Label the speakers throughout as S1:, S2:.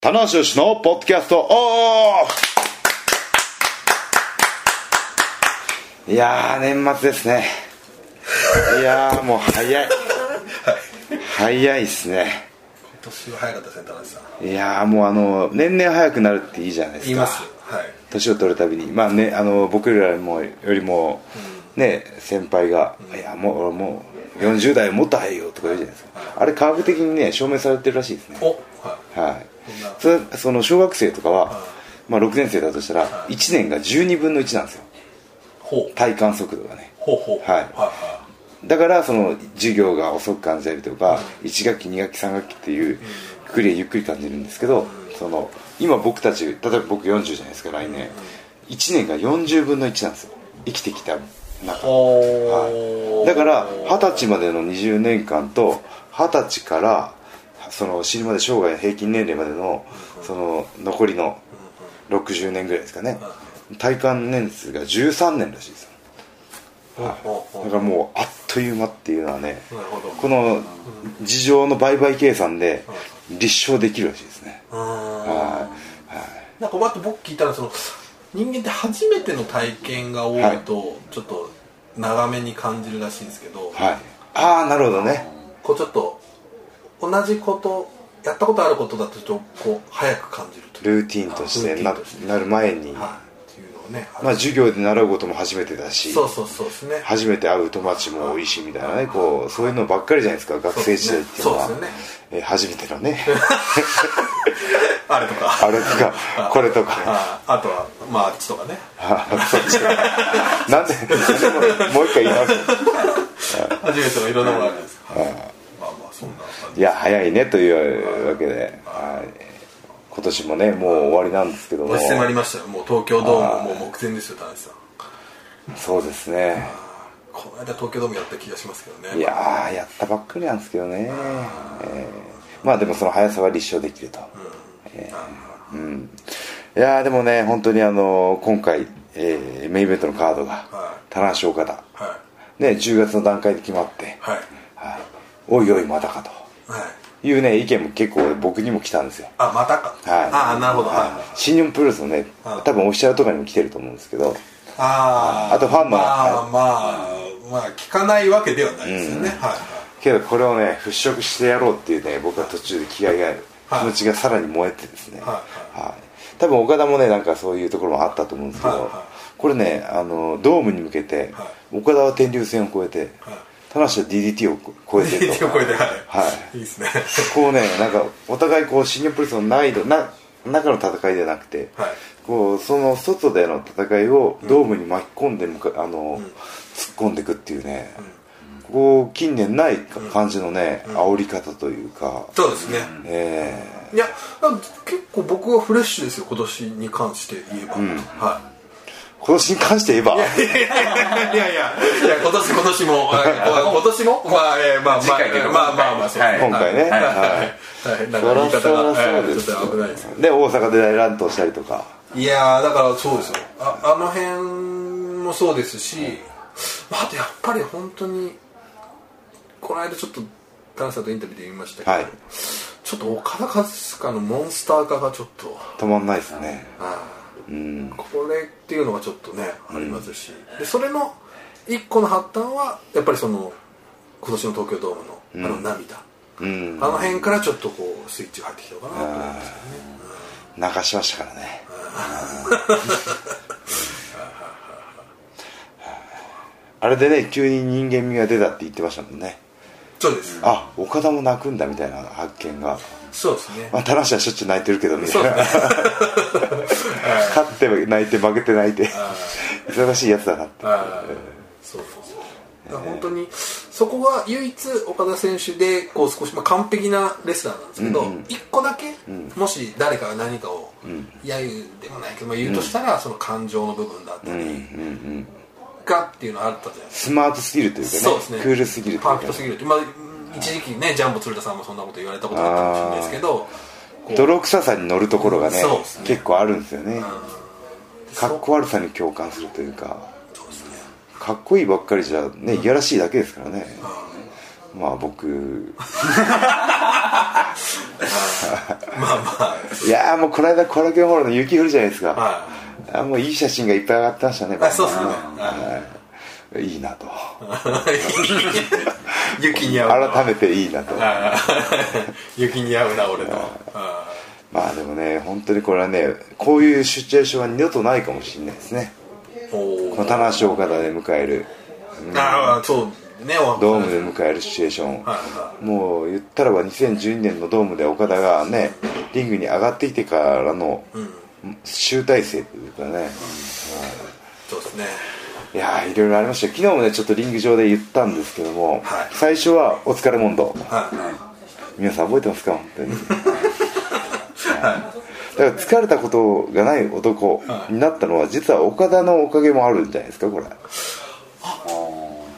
S1: 棚橋氏のポッドキャストオフいやー年末ですねいやーもう早い早いっすね
S2: 今年は早かったですね田中さん
S1: いやーもうあの年々早くなるっていいじゃないですか
S2: 言いますはい
S1: 年を取るたびに、まあね、あの僕らもよりも、ね、先輩が「いやもう俺もう40代もっと早いよ」とか言うじゃないですかあれ科学的にね証明されてるらしいですね
S2: おは
S1: はい
S2: そんな
S1: それその小学生とかは、まあ、6年生だとしたら1年が12分の1なんですよ
S2: いほう
S1: 体感速度がね
S2: ほうほう
S1: はい
S2: は
S1: だからその授業が遅く感じたりとか1学期2学期3学期っていうくくりでゆっくり感じるんですけどその今僕たち例えば僕40じゃないですか来年1年が40分の1なんですよ生きてきた
S2: い
S1: 中
S2: お
S1: だから二十歳までの20年間と二十歳からその死ぬまで生涯平均年齢までのその残りの60年ぐらいですかね体感年数が13年らしいですよ
S2: ほ
S1: だからもうあっという間っていうのはね
S2: うなるほど
S1: この事情の売買計算で立証できるらしいですね
S2: うーん
S1: は
S2: なんかまた僕聞いたらその人間って初めての体験が多いとちょっと長めに感じるらしいんですけど
S1: い、はい、ああなるほどね
S2: こうちょっと同じことやったことあることだとちょっとこう早く感じるという
S1: ルーティンとしてな
S2: ルーティンとして
S1: なる前に、ま
S2: はいっていうのをね
S1: あ、授業で習うことも初めてだし
S2: そうそうそうですね
S1: 初めて会う友達も多いしみたいなねこうそういうのばっかりじゃないですか学生時代っていうのは
S2: そうですね
S1: えー初めてのね
S2: あれとか
S1: あれと かこれとか
S2: ああとはまああっちとかね
S1: あそっちなんでなんでもう一回言います
S2: 初めてのいろんなものがあるんですかまあまあそんな感
S1: いや早いねというわけで、はい、今年もねもう終わりなんですけども
S2: じ迫りましたよもう東京ドームももう目前ですよ田中さん
S1: そうですね
S2: この間東京ドームやった気がしますけどね
S1: いやーやったばっかりなんですけどね、えーまあでもその速さは立証できると、えーうんいやーでもね本当にあのー今回、えーメインイベントのカードが
S2: はい
S1: 棚橋岡田、
S2: は
S1: ね、10月の段階で決まって
S2: い、はい
S1: はいおいおいまたかと
S2: はい
S1: いうね意見も結構僕にも来たんですよ
S2: あまたか
S1: はい
S2: ああなるほどはい
S1: はい新日本プロレスのね
S2: はい
S1: 多分オフィシャルとかにも来てると思うんですけど
S2: あ
S1: あとファンも
S2: まあまあまあ聞かないわけではないですよねはいはい
S1: けどこれをね払拭してやろうっていうね僕は途中で気合が気持ちがさらに燃えてですね、
S2: は
S1: はい多分岡田もねなんかそういうところもあったと思うんですけど、
S2: はいはい
S1: これねあのドームに向けて、
S2: は
S1: 岡田は天竜線を越えて、
S2: はい
S1: 田中は DDT を越えて
S2: 一
S1: と
S2: 応これではい
S1: はい
S2: いいですね
S1: こうねなんかお互いこう新日本プロレスの内部な中の戦いじゃなくて、
S2: はい
S1: こうその外での戦いをドームに巻き込んで向か、あの
S2: ん
S1: 突っ込んでいくっていうね、こう近年ないか感じのね、煽り方というか、
S2: そうですね
S1: え
S2: いや結構僕はフレッシュですよ今年に関して言えばはい
S1: ー今年に関して言えば
S2: いやいや、いや今年今年 も、あ今年も、まあ、えー、まあ、まあ、
S3: 次回というか
S2: まあ、まあ、まあ、そうですね。
S1: 今回ね、
S3: はい
S1: は
S2: はい、なんか言い方が、
S1: そらそらそう
S2: え
S1: で
S2: ー
S1: す
S2: ちょっと危ないです。
S1: い、で大阪で大乱闘したりとか
S2: いやー、だから、そうですよ。あ、あの辺もそうですし。まあ、あと、やっぱり、本当に。この間、ちょっと、ダンサーとインタビューで言いましたけど。
S1: はい
S2: ちょっと、岡田和親のモンスター化が、ちょっと。
S1: たまんないですね
S2: これっていうのがちょっとね、ありますしでそれの一個の発端はやっぱりその今年の東京ドームのあの涙、
S1: うん
S2: あの辺からちょっとこうスイッチが入ってきたのかなと思いますけどね
S1: 泣かしましたからねあれでね急に人間味が出たって言ってましたもんね
S2: そうです
S1: あ岡田も泣くんだみたいな発見が
S2: そうですね
S1: まあ田中はしょっちゅう泣いてるけどみたいな、
S2: そうで
S1: 勝って泣いて負けて泣いて忙しいやつだなって
S2: あーそうそうそうだから本当にそこが唯一岡田選手でこう少し、まあ、完璧なレスラーなんですけど、一個だけ、もし誰かが何かを揶揄でもないけど、まあ、言うとしたら、その感情の部分だったり、がっていうのはあったじゃないですか
S1: スマートすぎるというかね
S2: そうですね
S1: クールすぎるという
S2: パ
S1: か、
S2: ーフェクトすぎるって、まあ、一時期ねジャンボ鶴田さんもそんなこと言われたことあったかもしれないですけどこう
S1: 泥臭さに乗るところがね
S2: そうですね
S1: 結構あるんですよねかっこ悪さに共感するというか
S2: そうですね
S1: かっこいいばっかりじゃねいやらしいだけですからね、まあ 僕
S2: まあまあ
S1: いやーもうこの間コラケンホールの雪降るじゃないですか、
S2: は
S1: あもういい写真がいっぱい上がってましたね
S2: あそうっすね
S1: はいいいなと
S2: い雪に合うな
S1: 改めていいなと
S2: あー雪に合うな俺とあ
S1: まあでもね本当にこれはねこういうシチュエーションは二度とないかもしれないですね
S2: ーお
S1: この
S2: ー
S1: 棚橋岡田で迎える
S2: あーそうねお
S1: ドームで迎えるシチュエーション、
S2: は
S1: もう言ったらば2012年のドームで岡田がねリングに上がってきてからの集大成というかね、
S2: そうですね
S1: いやーいろいろありましたよ昨日もねちょっとリング上で言ったんですけども、
S2: はい
S1: 最初は「お疲れモンド
S2: はいはい」
S1: 皆さん覚えてますか本当に、はいだから疲れたことがない男になったのは実は岡田のおかげもあるんじゃないですかこれ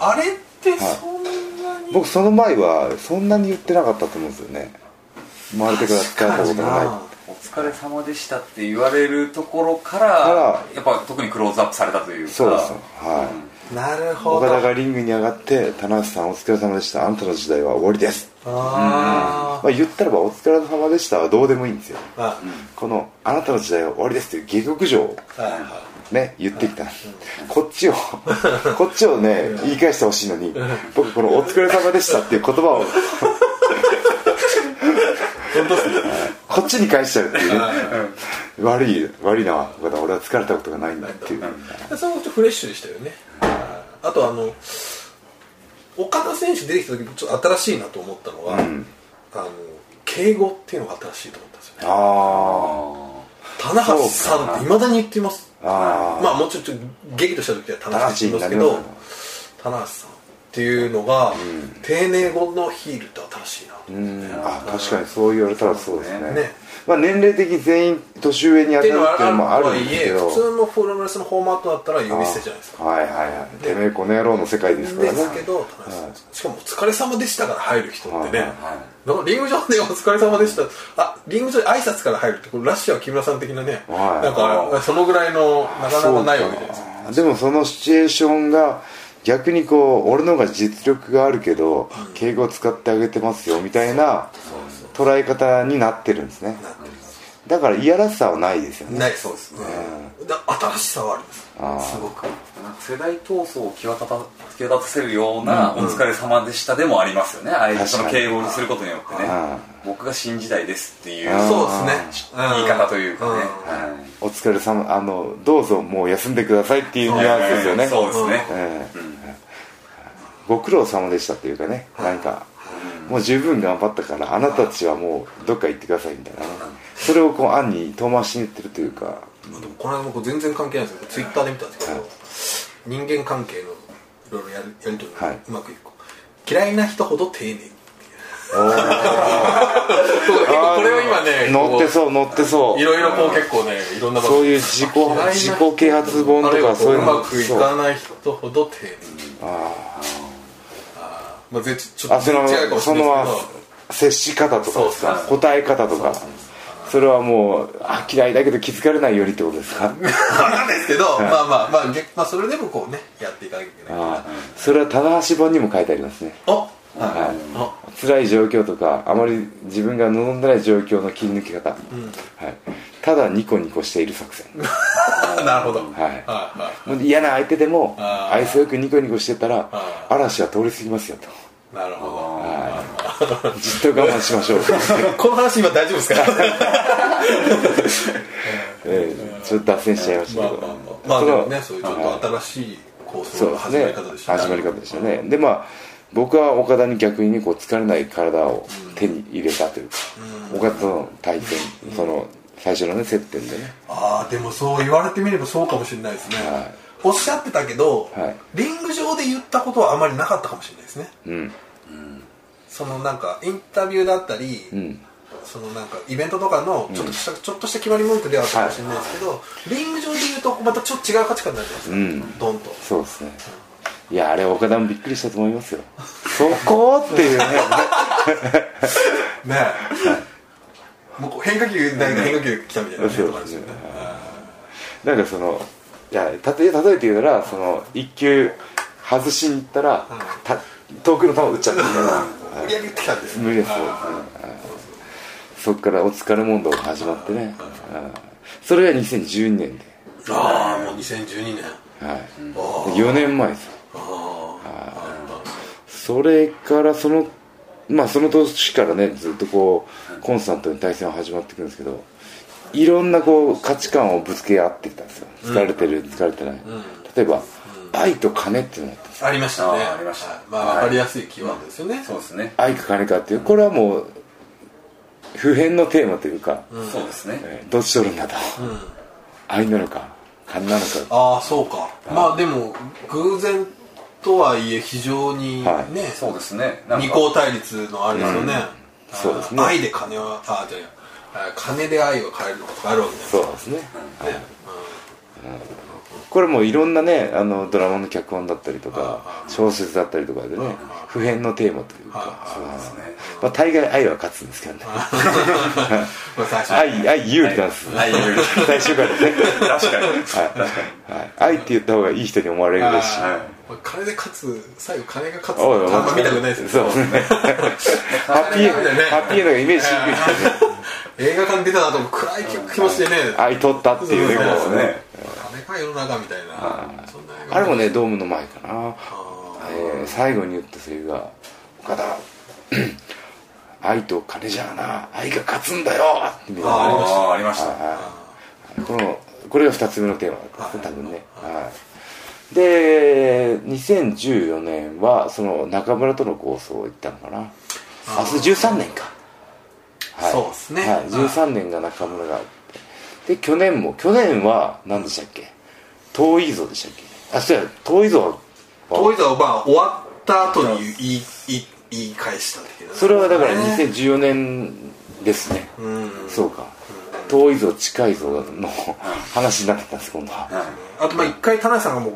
S2: あれってそんなに、
S1: 僕その前はそんなに言ってなかったと思うんですよね生まれてから疲れたことがない
S2: 確かにな
S3: お疲れ様でしたって言われるところから
S1: ら
S3: やっぱ特にクローズアップされたというか
S1: そうですよはい、
S2: なるほど
S1: 岡田がリングに上がって「棚橋さんお疲れ様でしたあんたの時代は終わりです」
S2: あ
S1: まあ、言ったらば「お疲れ様でした」はどうでもいいんですよ
S2: ーあ
S1: この「あなたの時代は終わりです」という下克上を
S2: はいは
S1: ね言ってきたこっ ちをこっちをね言い返してほしいのに僕この「お疲れ様でした」っていう言葉 をこっちに返しちゃうっていうね悪い悪いな岡田俺は疲れたことがないんだっていう
S2: いそれもちょっとフレッシュでしたよねあとあの岡田選手出てきた時ちょっと新しいなと思ったのは、あの敬語っていうのが新しいと思ったんですよね
S1: あ
S2: 棚橋さんっていまだに言ってます
S1: あー
S2: まあもうちょっと激怒した時は棚橋って言います
S1: 棚橋になり
S2: けど
S1: ますよ
S2: 棚橋さんっていうのが、丁寧語のヒールって新しいなと思って、
S1: うんあ確かにそう言われたらそうですね
S2: ね
S1: まあ、年齢的に全員年上に当
S2: ったてい
S1: る
S2: うの
S1: っていうのも
S2: は
S1: あ
S2: ある
S1: る
S2: とはい
S1: んですけ
S2: え
S1: ど
S2: 普通のプロレスのフォーマットだったら呼び捨てじゃないですか
S1: はいはいはいてめえこの野郎の世界ですから
S2: で
S1: ね
S2: すけど田中さんしかも「お疲れ様でした」から入る人ってね
S1: はい
S2: なんかリング上で「お疲れ様でした」あリング上で挨拶から入るってこれラッシュは木村さん的なね
S1: はい
S2: なんかそのぐらいのなかなかないわけじゃないですか
S1: でもそのシチュエーションが逆にこう俺の方が実力があるけど敬語を使ってあげてますよみたいな捉え方になってるんですね
S2: なってる
S1: だからいやらしさはないですよね
S2: ないそうですねだ新しさはありますすごく
S3: なんか世代闘争を際立た際立たせるような「お疲れ様でした」でもありますよね、ああいうその
S1: 確かに
S3: 敬語にすることによってね、僕が新時代ですっていう
S1: あー
S2: そうですねうん
S3: 言い方というかね、
S2: うん
S3: はい
S1: お疲れ様あのどうぞもう休んでくださいっていうニュアンスですよね
S3: そうですね、
S1: ええご苦労様でしたっていうかねなんかもう十分頑張ったからあなたたちはもうどっか行ってくださいみたいなねそれをこう暗に遠回しに言ってるというか
S2: でもこの間僕全然関係ないんですけどツイッターで見たんですけど人間関係のいろいろやるやりとりが
S1: はいう
S2: まくいく子嫌いな人ほど丁寧に
S1: あ
S2: 結構
S1: ー
S2: これを今ね
S1: 乗ってそう乗ってそう
S2: いろいろこう結構ねいろんな
S1: そういう自己
S2: 嫌いな人
S1: 自己啓発本とかそういう
S2: う
S1: の
S2: まくいかない人ほど丁寧ああまあ全然ちょ
S1: あ
S2: っと
S1: その
S2: 違うかもし
S1: そ
S2: れない
S1: の
S2: です
S1: 接し方と
S2: そうそう
S1: か答え方とかそれはもうあ嫌いだけど気づかれないようにってことです か
S2: けどわかんないですけどまあまあまあげまあそれでもこうねやっていかなきゃいけないから
S1: あそれは棚橋本にも書いてありますね
S2: あ
S1: はい
S2: あ
S1: 辛い状況とかあまり自分が望んでない状況の切り抜け方、はい、ただニコニコしている作 戦
S2: なるほどはい
S1: はい
S2: は
S1: もう嫌な相手でも
S2: あー
S1: 愛想よくニコニコしてたら
S2: あ
S1: 嵐は通り過ぎますよと
S2: いなるほど
S1: じっと我慢しましょう、
S2: この話今大丈夫ですか
S1: ええちょっと脱線しちゃいました
S2: まあ
S1: けど、
S2: まあまあまあ
S1: そ
S2: で
S1: の
S2: もねそういうちょっと新しい構想
S1: そう
S2: の
S1: で
S2: 始
S1: す
S2: ま
S1: ね
S2: り方でしたね
S1: 始まり方でしたねでまあ僕は岡田に逆にねこう疲れない体を手に入れたというか、岡田との対戦、その最初のね接点でね
S2: ああでもそう言われてみればそうかもしれないですね、おっしゃってたけど、
S1: はい
S2: リング上で言ったことはあまりなかったかもしれないですね
S1: うん
S2: そのなんかインタビューだったり、
S1: ん
S2: そのなんかイベントとかのちょっとした、ちょっとした決まり文句ではあったかもしれないですけど、リング上で言うとまたちょっと違う価値観になるじゃないですか、ドンと
S1: そうですねいやあれ岡田もびっくりしたと思いますよそこっていうね
S2: ねえもうこう変化球ない変化球来たみたいなね
S1: そう
S2: とかですよね
S1: なんかそのいやたと例えて言うならその一球外しに行ったらた遠くの球を打っちゃったみたいな
S2: 無理やり言ってきたんですよ
S1: 無理ですよ、
S2: は
S1: うんそっからお疲れ問答が始まってね、うんそれが2012年で、
S2: いああもう2012年
S1: はい、
S2: あ
S1: 4年前ですよ
S2: ああ
S1: それからそのまあその年からねずっとこうコンスタントに対戦は始まっていくんですけどいろんなこう価値観をぶつけ合ってきたんですよ疲れてる疲れてない、例えば愛と金っていうのがあったんですよ
S2: あありましたね
S3: あありました
S2: はいまあ分かりやすいキーワードですよね
S3: そうですね
S1: 愛か金かっていうこれはもう普遍のテーマというか、
S3: そうですね
S1: えーどっち取るんだと、
S2: うん
S1: 愛なのか金なのか
S2: ああそうかまあでも偶然とはいえ非常にね
S1: はい
S3: そうですねなんか
S2: 二項対立のあれですよねあー
S1: そうですね
S2: 愛で金はあーじゃああー金で愛を変えるのかとかあるわけじゃないです
S1: そう
S2: か
S1: ですね、はいうんこれもいろんなねあのドラマの脚本だったりとか小説だったりとかでね普遍のテーマというか
S2: はい
S1: そうなんです
S3: そうですね
S1: まあ大概愛は勝つんですけどね
S2: これ最初
S1: 愛愛有利なんです
S3: はいはい
S1: 最終回でね
S3: 確かに
S1: はいはい愛って言った方がいい人に思われるですし
S2: あー金で勝つ最後金が勝つ
S1: おいおい
S2: あんま見たくないです
S1: そうですねハッピーエンドハッピーエンドがイメージしにくいですよね
S2: 映画館出たなと暗い気持ちでね
S1: 愛取ったっていうね
S2: そうです
S1: こうね
S2: 金か世の中みたいなそんな映画
S1: あれもねドームの前かな、
S2: あ
S1: えー最後に言ったセリフが「岡田 愛と金じゃあな愛が勝つんだよ!」ってみたいな
S2: あ
S1: ね
S2: ー
S3: ああありました
S1: はいこのこれが2つ目のテーマだったんですね多分ね、はい、で2014年はその中村との構想を行ったのかな明日13年か、はい、
S2: そうですね
S1: はい、13年が中村があってで去年も去年は何でしたっけ遠いぞでしたっけあそうや遠いぞ
S2: ー遠いぞまあ終わった後に言い言い言い返したっていうね
S1: それはだから
S2: ね
S1: 2014年ですね、
S2: うん
S1: そうか遠いぞ近いぞの話になってたんです今度は、
S2: あとまあ一回田中さんがも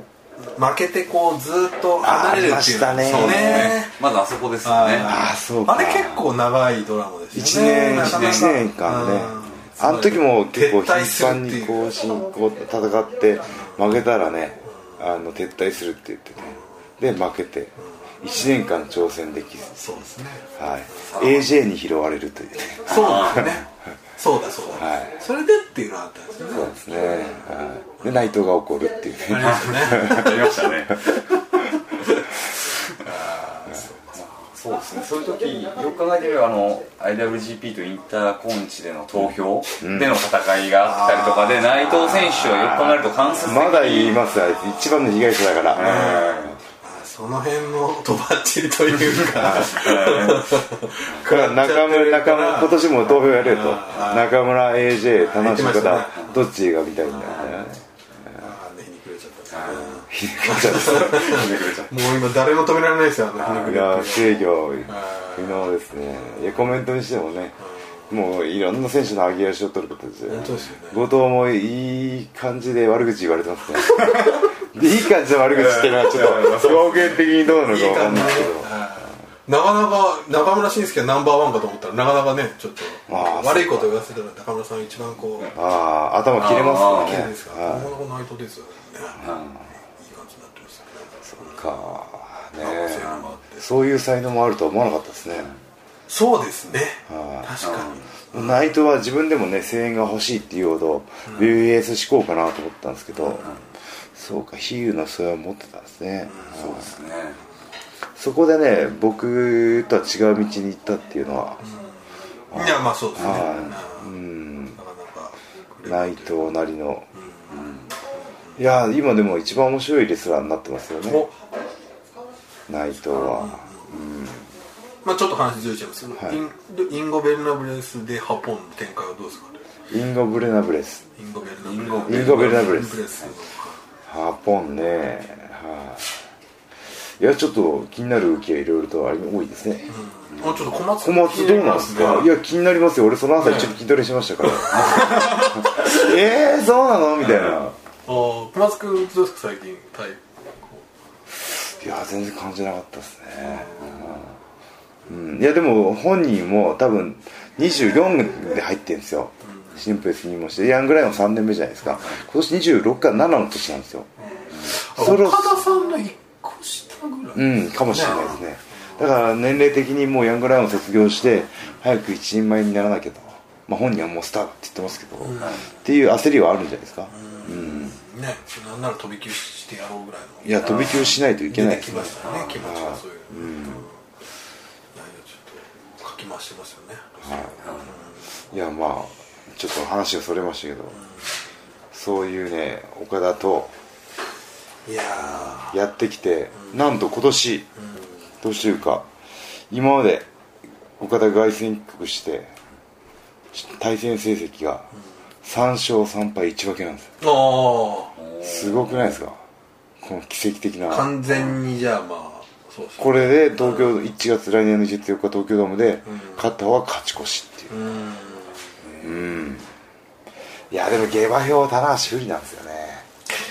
S2: う負けてこうずーっと離れるっていう
S1: ありましたね
S2: そう
S3: ね
S2: ね
S3: まずあそこですよね
S2: あ
S1: ああそうか
S2: あれ結構長いドラマです
S1: 1
S2: よ
S1: 年
S2: ねなかなか
S1: 1年間ね
S2: うん
S1: あの時も結構
S2: 撤退
S1: 頻
S2: する
S1: 繁
S2: ってい
S1: に
S2: う
S1: こう進行戦って負けたらねあの撤退するって言ってねで負けて1年間挑戦できず、
S2: そうですね
S1: はい、AJ に拾われるというね
S2: そうなんだねそうだそうだ、
S1: はい
S2: それでっていうのがあったんですよね
S1: そうですね、はい、で内藤が怒るっていう
S2: あり
S1: ね
S2: ましたね
S3: ありましたねそうですねそういう時よく考えてみればあの IWGP とインターコンチでの投票での戦いがあったりとかで、内藤選手はよく考えると間接的に
S1: まだ言いますあいつ一番の被害者だから、
S2: その辺もとばっちりというか
S1: これは中村中村今年も投票やれよと
S2: あ
S1: 中村 AJ 田中
S2: 言ってま
S1: 方
S2: した
S1: どっちがみたいなね
S2: あーねひねくれちゃった
S3: うん
S2: もう今誰も止められないですよあのひねく
S1: い
S2: れ
S1: や制御不能ですねいやコメントにしてもねもういろんな選手の上げ足を取ることですよ
S2: 本当ですよね
S1: 後藤もいい感じで悪口言われてますねでいい感じの悪口っていうのはちょっと表現的にどうなのか分かんないですけど
S2: なかなか中村慎介がナンバーワンかと思ったらなかなかねちょっと
S1: あー
S2: 悪いこと言わせたら中村さんが一番こう
S1: ああ頭切れます
S3: あー
S1: か
S2: 綺
S1: ら
S2: 麗
S1: ね
S2: ですからなかなか内藤ですよねいい感じになってますよね
S1: かね
S2: 可能性もあって
S1: そういう才能もあるとは思わなかったですね、
S2: そうですね
S1: あ
S2: 確かに
S1: 内藤は自分でもね声援が欲しいっていうほど VS 志向かなと思ったんですけど、そうか比喩のそれは持ってたんですね、
S3: そうですね
S1: そこでね僕とは違う道に行ったっていうのは、
S2: いやまあそうですね
S1: はい
S2: うんなかなかこれ
S1: 内藤なりの、いやー今でも一番面白いレスラーになってますよね
S2: も
S1: 内藤は、
S2: まあちょっと話ずれちゃいますけどインインゴベルナブレスでハポンの展開はどうですかね
S1: インゴブレナブレス
S2: インゴベルナブ
S1: イ
S2: レス
S1: ンゴベルナブレ
S2: インゴベ
S1: ス
S2: ルナブレ
S1: ハポンねはいいやちょっと気になる動きがいろいろとあり多いですね、
S2: うんあちょっと小松
S1: 小松どうなんですか、い
S2: 気になり
S1: や気になりますよ俺その朝一部筋トレしま したからえー、そうなのみたいな
S2: ますねあー小松君どうですか最近タイプ
S1: いや全然感じなかったですねうん、うんいやでも本人も多分24で入ってるんですよシンプルスにもしてヤングライオン3年目じゃないですか今年26から7の年なんですよ
S2: あ
S1: そろ
S2: 岡田さんの一個下ぐらい
S1: うんかもしれないですねだだから年齢的にもうヤングライオンを卒業して早く一人前にならなきゃと、まあ、本人はもうスターって言ってますけど、っていう焦りはあるんじゃないですか、
S2: ねなんなら飛び級してやろうぐらいの
S1: いや飛び級しないといけない
S2: 出
S1: で
S2: てき
S1: すね
S2: ましたね気持ちがそういうのうんいやいやちょっとかき回してますよね
S1: いやまあちょっと話がそれましたけど、そういうね岡田と
S2: いやー
S1: やってきて、なんと今年、どうしというか今まで岡田凱旋帰国してちょっと対戦成績が3勝3敗1分けなんですよ
S2: あ
S1: すごくないですかこの奇跡的
S2: あ
S1: な
S2: 完全にじゃあまあそうですね
S1: これで東京1月来年の1月4日東京ドームで勝った方は勝ち越しっていう
S2: うーん
S1: いやでも下馬評棚橋不利なんですよね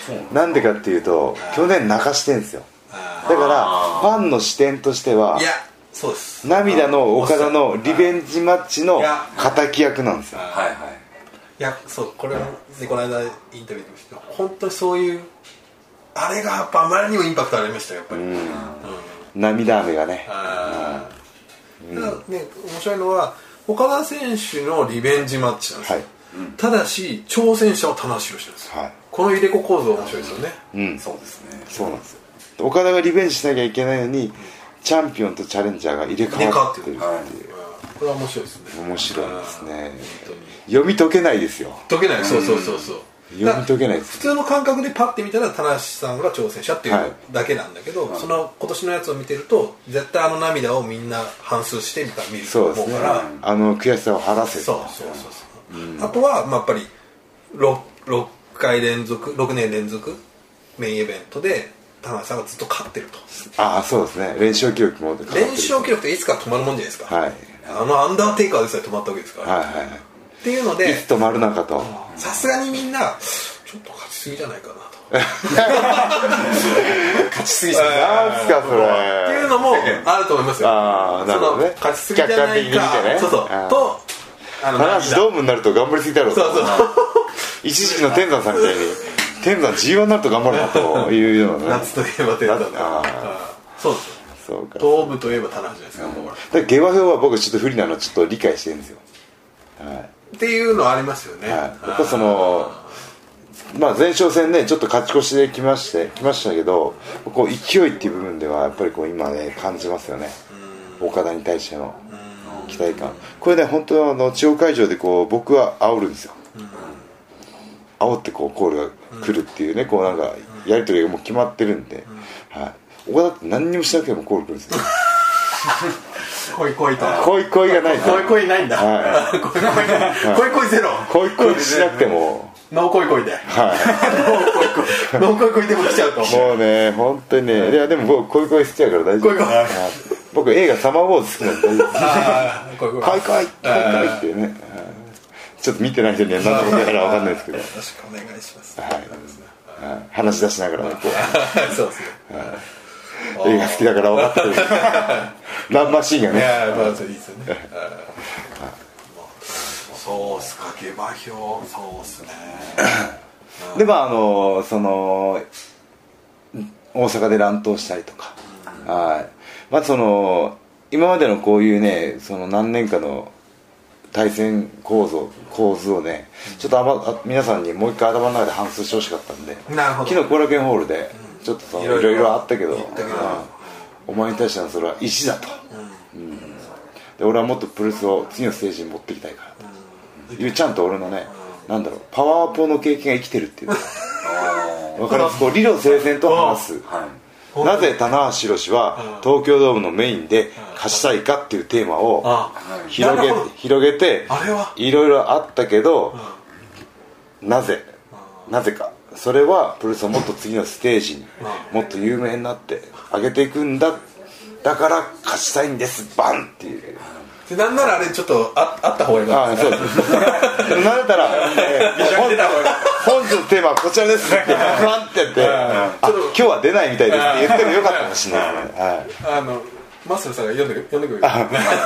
S3: そうなん
S1: なんでかっていうと去年泣かしてんですよだからファンの視点としてはい
S2: やそうです
S1: 涙の岡田のリベンジマッチの
S2: いや
S1: 敵役なんですよ
S3: はいはい
S2: いやそうこれはねこの間インタビューで見て本当にそういうあれがやっぱあまりにもインパクトありましたよやっぱり、うん
S1: 涙雨がね
S2: あーただね面白いのは岡田選手のリベンジマッチなんですよ、
S1: はい
S2: ただし挑戦者を棚橋をしてるんですよ、
S1: はい
S2: この入れ子構造面白いですよね、
S1: うん
S3: そうですね
S1: そうなんですよ岡田がリベンジしなきゃいけないのにチャンピオンとチャレンジャーが入れ替わってる
S2: 入
S3: はい
S2: これは面白いですね
S1: 面白いですね
S2: 本当に
S1: 読み解けないですよ
S2: 解けないそうそうそうそう
S1: 読み解けないです
S2: 普通の感覚でパッて見たら田無さんが挑戦者ってい
S1: はいう
S2: だけなんだけど、その今年のやつを見てると絶対あの涙をみんな反数してみたら見ると
S1: そうで
S2: 思
S1: す
S2: う
S1: ね
S2: から
S1: あの悔しさを晴らせる
S2: そうそうそうそう、あとは、まあ、やっぱり 6, 6回連続6年連続メインイベントで田中さんがずっと勝ってると
S1: ああそうですね連勝記録もかかってる
S2: 連勝記録っていつか止まるもんじゃないですか、
S1: はい
S2: あのアンダーテイカーでさえ止まったわけですから、
S1: はいはい
S2: っていうの
S1: い
S2: で
S1: つ止まるのかと
S2: さすがにみんなちょっと勝ちすぎじゃないかなと
S3: 勝ちすぎ
S1: なんすかそれ
S2: っていうのもあると思いますよ
S1: あーなるほどね
S2: その勝ちすぎじゃな
S1: 客観的
S2: い
S1: に見
S2: か、
S1: てね
S2: そうそう
S1: あー
S2: とあの
S1: 田中ド
S2: そ
S1: ームになると頑張りすぎだろうと
S2: う
S1: 一時期の天山さんみたいに天山 G1 になると頑張るなというよう
S2: そう
S1: な ね
S2: 夏といえば天山だ
S1: あー
S2: そうですよ
S1: そうか
S2: 東部といえば田中じゃないですか、もうほ
S1: だ
S2: ら
S1: から下馬評は僕ちょっと不利なのちょっと理解してるんですよは
S2: っていうのはありますよね、
S1: い、はい、やっぱそのまあ前哨戦ねちょっと勝ち越しで来まして来ましたけどこう勢いっていう部分ではやっぱりこう今ね感じますよね岡田に対しての期待感これね本当あの地方会場でこう僕は煽るんですよ煽ってこうコールが来るっていうねこうなんかやり取りがもう決まってるんで、はい、岡田って何にもしなくてもコール来るんですよ
S2: 恋恋と
S1: 恋恋がないんですよ
S2: 恋恋ないんだ、
S1: は
S2: 恋恋恋恋ゼロ
S1: 恋恋しなくても
S2: ノー恋恋で、はい、 ノー恋恋ノー恋恋でも来ちゃうと
S1: もうね、本当にね、いや、でも僕、恋恋しちゃうから大丈夫。
S2: 恋恋
S1: はい僕、映画、サマーウォーズ好きなんで大丈夫。
S2: あー恋恋
S1: 恋恋、恋恋っていうね。はいちょっと見てない人には何のことだからわかんないですけど、
S2: よ
S1: は
S2: ろしくお願いします、
S1: い話し出しなが らね、こ
S2: そうですね
S1: う、映画好きだから分かって る。ランマシーンが
S2: い
S1: ね。
S2: やまあそれいいですよねそうっすか下馬評そうっすね
S1: でまああのその大阪で乱闘したりとか、はいまあその今までのこういうねその何年かの対戦構造構図をねちょっとあまあ皆さんにもう一回頭の中で反芻してほしかったんで
S2: なるほど
S1: 昨日後楽園ホールでちょっとその
S2: い
S1: い
S2: ろ
S1: ろ
S2: い
S1: い
S2: ろ
S1: ろあったけど
S2: 言ったけど
S1: うんお前に対してはそれは石だと、うんで俺はもっとプルスを次のステージに持っていきたいからというちゃんと俺のねなんだろうパワーポの経験が生きてる っていうわかりますこう理路整然と話す
S3: はい
S1: なぜ棚橋宏は東京ドームのメインで勝ちたいかっていうテーマを
S2: あ
S1: 広
S2: な
S1: げ
S2: るほど
S1: 広げて
S2: あれはい
S1: ろいろあったけどなぜなぜかそれはプロレスをもっと次のステージにもっと有名になって上げていくんだだから勝ちたいんですバンっていう
S2: でなんならあれちょっとああった方がいい
S1: あ
S2: か
S1: あそうです でも慣れたら、えー
S2: ゃくちゃ出た方が
S1: 本日のテーマはこちらですってフランってやってあ
S2: ちょっと
S1: 今日は出ないみたいですって言ってもよかったかもしれないですねはい
S2: なあのマッスルさんが読んでく読んでくれる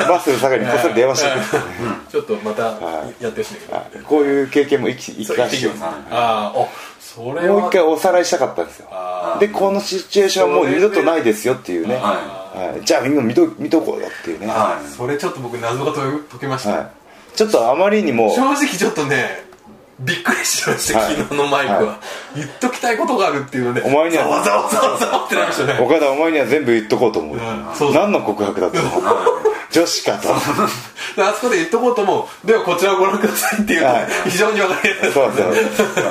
S1: バスの中にこっそり電話してく
S2: ちょっとまたやってほしいんだけど
S1: るこういう経験も生き生
S2: そう
S1: か
S2: 言って
S1: し
S2: き
S1: て
S2: ますあーあそれは
S1: もう一回おさらいシチュエーションはもう二度とないですよっていうね
S3: は
S1: はい、じゃあみんな見と見とこうよっていうね、は
S3: はい
S4: それちょっと僕謎が解け解けました、
S1: い、ちょっとあまりにも
S4: 正直ちょっとねびっくりしました、
S1: はい
S4: 昨日のマイクは、
S1: は
S4: 言っときたいことがあるっていうので
S1: お前には
S4: ざわざわざわざわってなりましたね
S1: 岡田お前には全部言っとこうと思う,、
S4: んそうそう
S1: 何の告白だと思う女子かと
S4: であそこで言っとこうともではこちらをご覧くださいっていうのが
S1: はい
S4: 非常に分かりやすい
S1: そうだね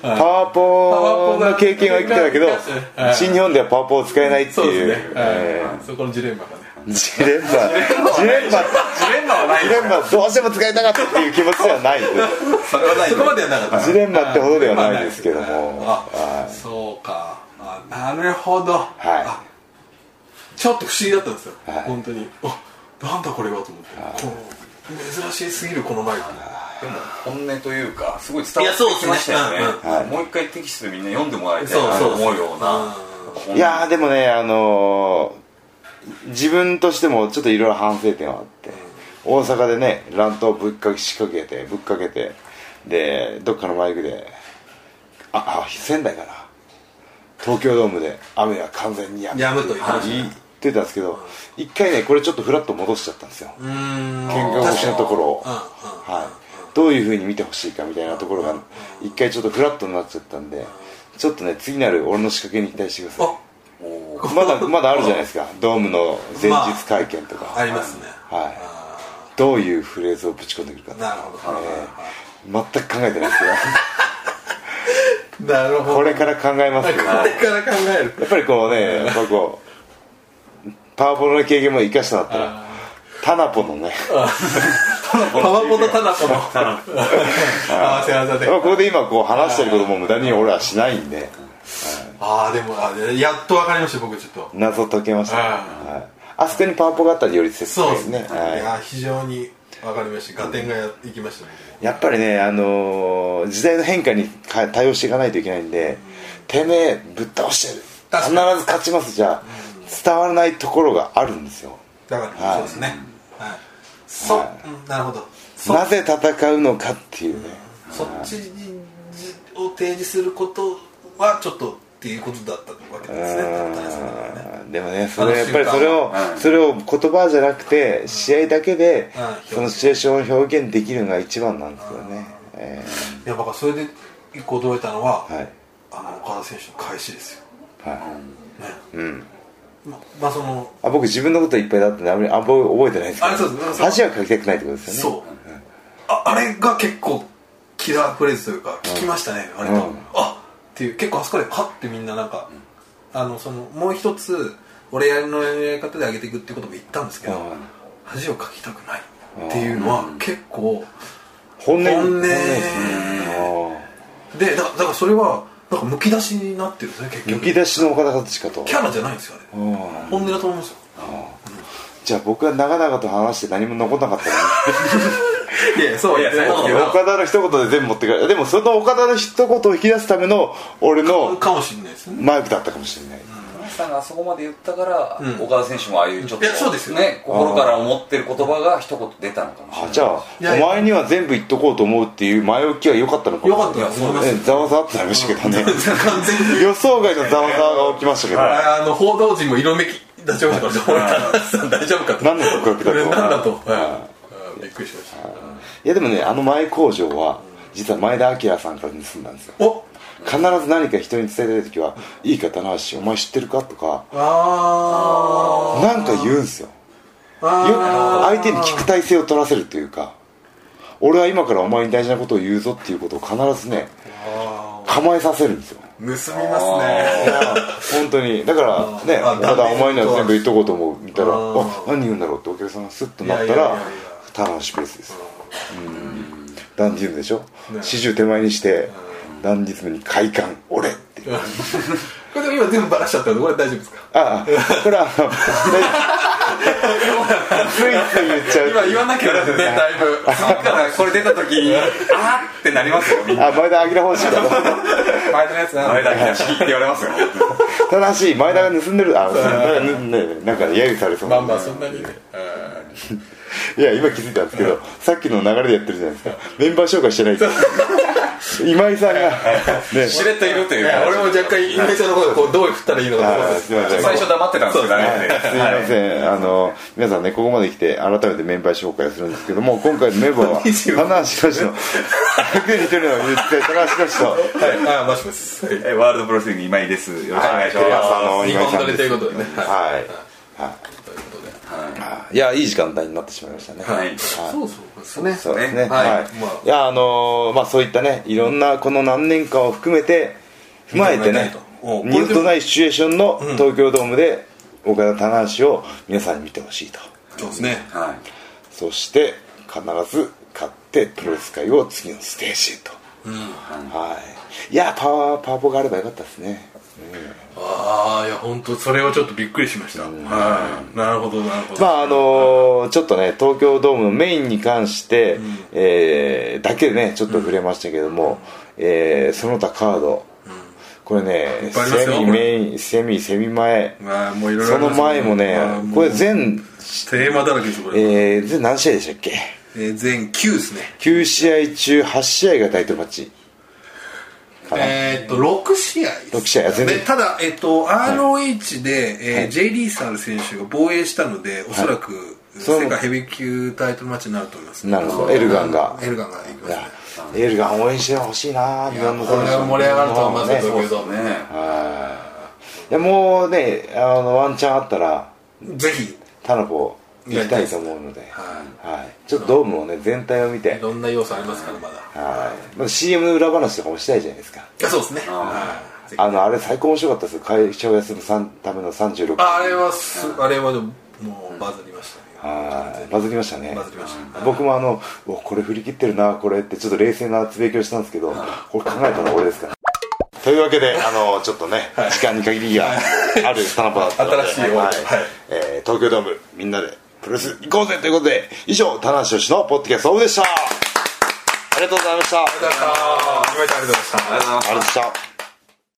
S1: パワーポーの経験はいくからだけど
S4: はい
S1: 新日本ではパワーポーを使えないって
S4: そう
S1: い
S4: で
S1: う
S4: すね、はい
S1: え
S4: そこのジレンマがね
S1: ージレンマジレンマ
S3: ジレンマはない
S1: ジレンマどうしても使いたかったっていう気持ちではないで
S3: それはない
S4: そこまではなかった
S1: すジレンマってほどではないですけども
S4: あ
S1: は
S4: そうかあなるほど、あ
S1: い
S4: ちょっと不思議だったんですよ、
S1: はい
S4: 本当にあなんだこれはと思って、この珍しすぎるこのマイク
S3: でも本音というかすごい伝わってきましたよね
S4: いやそうです
S1: ねうんうん
S3: もう一回テキストでみんな読んでもらいたいなと思うような
S1: はいいやーでもねあのー自分としてもちょっといろいろ反省点はあって大阪でね乱闘ぶっかけ仕掛けてぶっかけてでどっかのマイクでああ仙台かな東京ドームで雨は完全にやむ
S2: やむという話
S1: 言ってたんですけど一回ねこれちょっとフラッと戻しちゃったんですよ
S2: うーん
S1: 喧嘩腰のところを、
S2: うんうん
S1: はい、どういうふうに見てほしいかみたいなところが一回ちょっとフラットになっちゃったんでちょっとね次なる俺の仕掛けに期待してくださ
S2: あ
S1: いまだまだあるじゃないですかドームの前日会見とか、
S2: ありますね
S1: はい、どういうフレーズをぶち込んでくるか
S2: なるほど
S1: 全く考えてないですけ
S4: なるほ
S1: どこれから考えますけどや
S4: これから考える
S1: っぱりこうねやっぱこうパワポロの経験も生かしたなったらタナポのね
S4: パワポとタナコの合わせ技で
S1: まあここで今こう話してることも無駄に俺はしないんで
S4: ああでもあやっと分かりました僕ちょっと
S1: 謎解けました、
S4: はい
S1: はい、あそこにパワポがあったらより説
S4: そう
S1: 明
S4: で
S1: ですす
S4: ね
S1: ね
S4: い
S1: は
S4: や非常に分かりました合点がやいきましたね
S1: い、やっぱりね、あのー時代の変化にか対応していかないといけないんで、てめえぶっ倒してる必ず勝ちますじゃあ、伝わらないところがあるんですよ
S2: だから、
S1: はい
S2: そうですねはいそ、
S1: は
S2: うんなるほどそ
S1: なぜ戦うのかっていうね、
S2: そっちにじを提示することはちょっとっていうことだったわけですね
S1: うん
S2: 田中さんはね
S1: でもねそれや
S2: あの
S1: っ
S2: 瞬
S1: ぱ
S2: 間
S1: りそれを、
S3: うん
S1: それを言葉じゃなくて試合だけで、
S2: うん
S1: そのシチュエーションを表現できるのが一番なんですよね、え
S2: いやだからそれで一個驚いたのは、
S1: ーはい
S2: あの岡田選手の返しですよ
S1: は
S2: ね
S1: いうん
S2: ままあその
S1: あ僕自分のこといっぱいだったんであんまりあんま覚えてないですけど
S2: あそうです
S1: 恥はかきたくないってことですよね
S2: そうああれが結構キラーフレーズというか聞きましたね、あれと、
S1: うん
S2: あっていう結構あそこでハッてみんななんか、あのそのもう一つ俺やりのやり方で上げていくってことも言ったんですけど、
S1: うん
S2: 恥をかきたくないっていうのは結構
S1: 本音
S2: 本音
S1: 音
S2: でだだからそれはなんかむき出しになってるんですね結
S1: 抜
S2: 局
S1: き出しの岡田和親と
S2: キャラじゃないんですよあれ
S1: うん
S2: 本音だと思いますよ
S1: じゃあ僕は長々と話して何も残んなかったの
S2: いやそう
S3: いやそう
S1: に岡田の一言で全部持ってくるでもその岡田の一言を引き出すための俺の
S2: かもしれないですね
S1: マイクだったかもしれない、
S3: 皆さんがあそこまで言ったから、
S2: うん
S3: 岡田選手もああいうちょっと
S2: いやそうですよ
S3: ね心から思ってる言葉が一言出たのかもしれ
S1: あ
S3: ない
S1: じゃあ
S2: いやいや
S1: お前には全部言っとこうと思うっていう前置きは良かったのかも
S2: よかったと思います
S1: ねざわざわってなりましたけどね
S2: 完全に
S1: 予想外のざわざわが起きましたけど
S4: あの報道陣も色めき大丈夫かと思ったさん大丈夫かと
S1: 何の告白だ
S4: これ
S1: と
S4: なんだとはいびっくりしました
S1: いやでもねあの前工場は実は前田明さんから盗んだんですよ
S2: お
S1: 必ず何か人に伝えたい時は「いいか棚橋お前知ってるか?」とか
S2: あ
S1: なんか言うんですよよ
S2: ーあ
S1: く相手に聞く体制を取らせるというか俺は今からお前に大事なことを言うぞっていうことを必ずね構えさせるんですよ
S4: 盗みますね
S1: 本当にだからね
S2: あ
S1: まだお前には全部言っとこうと思うみたいな
S2: あー
S1: あ何言うんだろうってお客さんがスッとなっ
S2: い
S1: た
S2: やいやい
S1: ら
S2: やいや
S1: 棚橋ベースですダンディズムでしょ
S2: ね
S1: 四十手前にしてダンディズムに快感俺っていう
S4: これでも今全部バラしちゃったのでこれ大丈夫ですか
S1: ああこれはあのついつい言っちゃう
S4: 今言わなきゃだねだい ぶ
S3: だからこれ出た時 にあーってなりますよみんな
S1: あ前田明方式だな
S4: 前のやつなん
S3: 前
S4: で
S3: だけが仕切って言われますよ
S1: ただし前田が盗んでるあなんかねなんか揶揄されそう
S4: ま
S1: な
S4: あまあそんなにねうん
S1: いや今気づいたんですけどさっきの流れでやってるじゃないですかメンバー紹介してないです今井さんが、ね、
S3: しれっといるというか
S2: 俺も若干今井さんの方でこうどう振ったらいいのかと思って
S1: あー
S2: た
S1: すいません
S3: 最初黙ってたんですけどね
S1: すいません、あの皆さんねここまで来て改めてメンバー紹介をするんですけども今回のメンバーは棚橋宏の100人一人の言って棚橋宏と
S2: はいあマシですはい
S3: えワールドプロレスリング今井ですよろしくお願いしま
S1: テ
S3: す
S1: レ朝の
S2: 二
S1: 今井
S2: 本
S1: さん
S2: 撮り
S1: です
S2: ということでねは
S1: はい
S2: いということで
S1: いやいい時間帯になってしまいましたね
S3: はい
S2: そうそうですね
S1: そうですね
S3: ね
S1: はい、
S2: はい
S1: い
S2: まあ
S1: やあのーまあそういったねいろんなこの何年かを含めて踏まえてね
S3: うん
S1: 二度とないシチュエーションの東京ドームで岡田棚橋を皆さんに見てほしいと
S2: そうですね
S3: はい
S1: そして必ず勝ってプロレス界を次のステージへと、はいいやパワーパワポがあればよかったですね
S2: ああいや本当それはちょっとびっくりしましたはいなるほどなるほど
S1: まああのーちょっとね東京ドームのメインに関して、えーだけでねちょっと触れましたけども、えーその他カード、これね
S2: ぱいあります
S1: セ
S2: よ
S1: ミメインセミセミ前
S2: まあもういろいろ
S1: そ
S2: あり
S1: の
S2: ますね
S1: 前もね
S2: まあもう
S1: これ全、
S2: テーマだらけですよこれ
S1: えー全何試合でしたっけ
S2: えー全9ですね
S1: 9試合中8試合がタイトルマッチかな、
S2: えーっと6試合です
S1: 六試合全然
S2: でただ、えーっと ROH で、えー J リーサール選手が防衛したのでおそらく、
S1: それも
S2: 世界ヘビー級タイトルマッチになると思います、
S1: なるほどエルガンが
S2: エルガンが行きま
S1: い
S2: すね
S1: やエールが応援してほしいな日本の
S2: これは盛り上がるとはまず
S1: ね
S2: いと
S3: そ
S2: 思
S3: うですね
S1: いやもうねあのワンチャンあったら
S2: ぜひ
S1: タナポ行きたいと思うので、
S2: は
S1: はい、ちょっとドームをね全体を見
S2: い
S1: て、
S2: ろんな要素ありますからまだ
S1: はいまあ、CM の裏話とかもしたいじゃないですか
S2: いやそうですねはいぜひ
S1: あのあれ最高面白かったですよ会社を休むさんための36
S2: ああれはすあれはでももうバズりましたね
S1: はいバズりましたね
S2: バズりましたね
S1: 僕もあのうわこれ振り切ってるなこれってちょっと冷静なつぶやきをしたんですけどこれ考えたの俺ですからというわけであのちょっとね、時間に限りがあるスタナパだったので
S2: 新しいよ
S1: は
S2: はい
S1: いえー東京ドームみんなでプロレス行こうぜということで以上田中氏のポッドキャストオブでしたありがとうございましたありがとう
S2: ありがとうございましたありがとうございました
S3: ありがとうございます
S1: ございました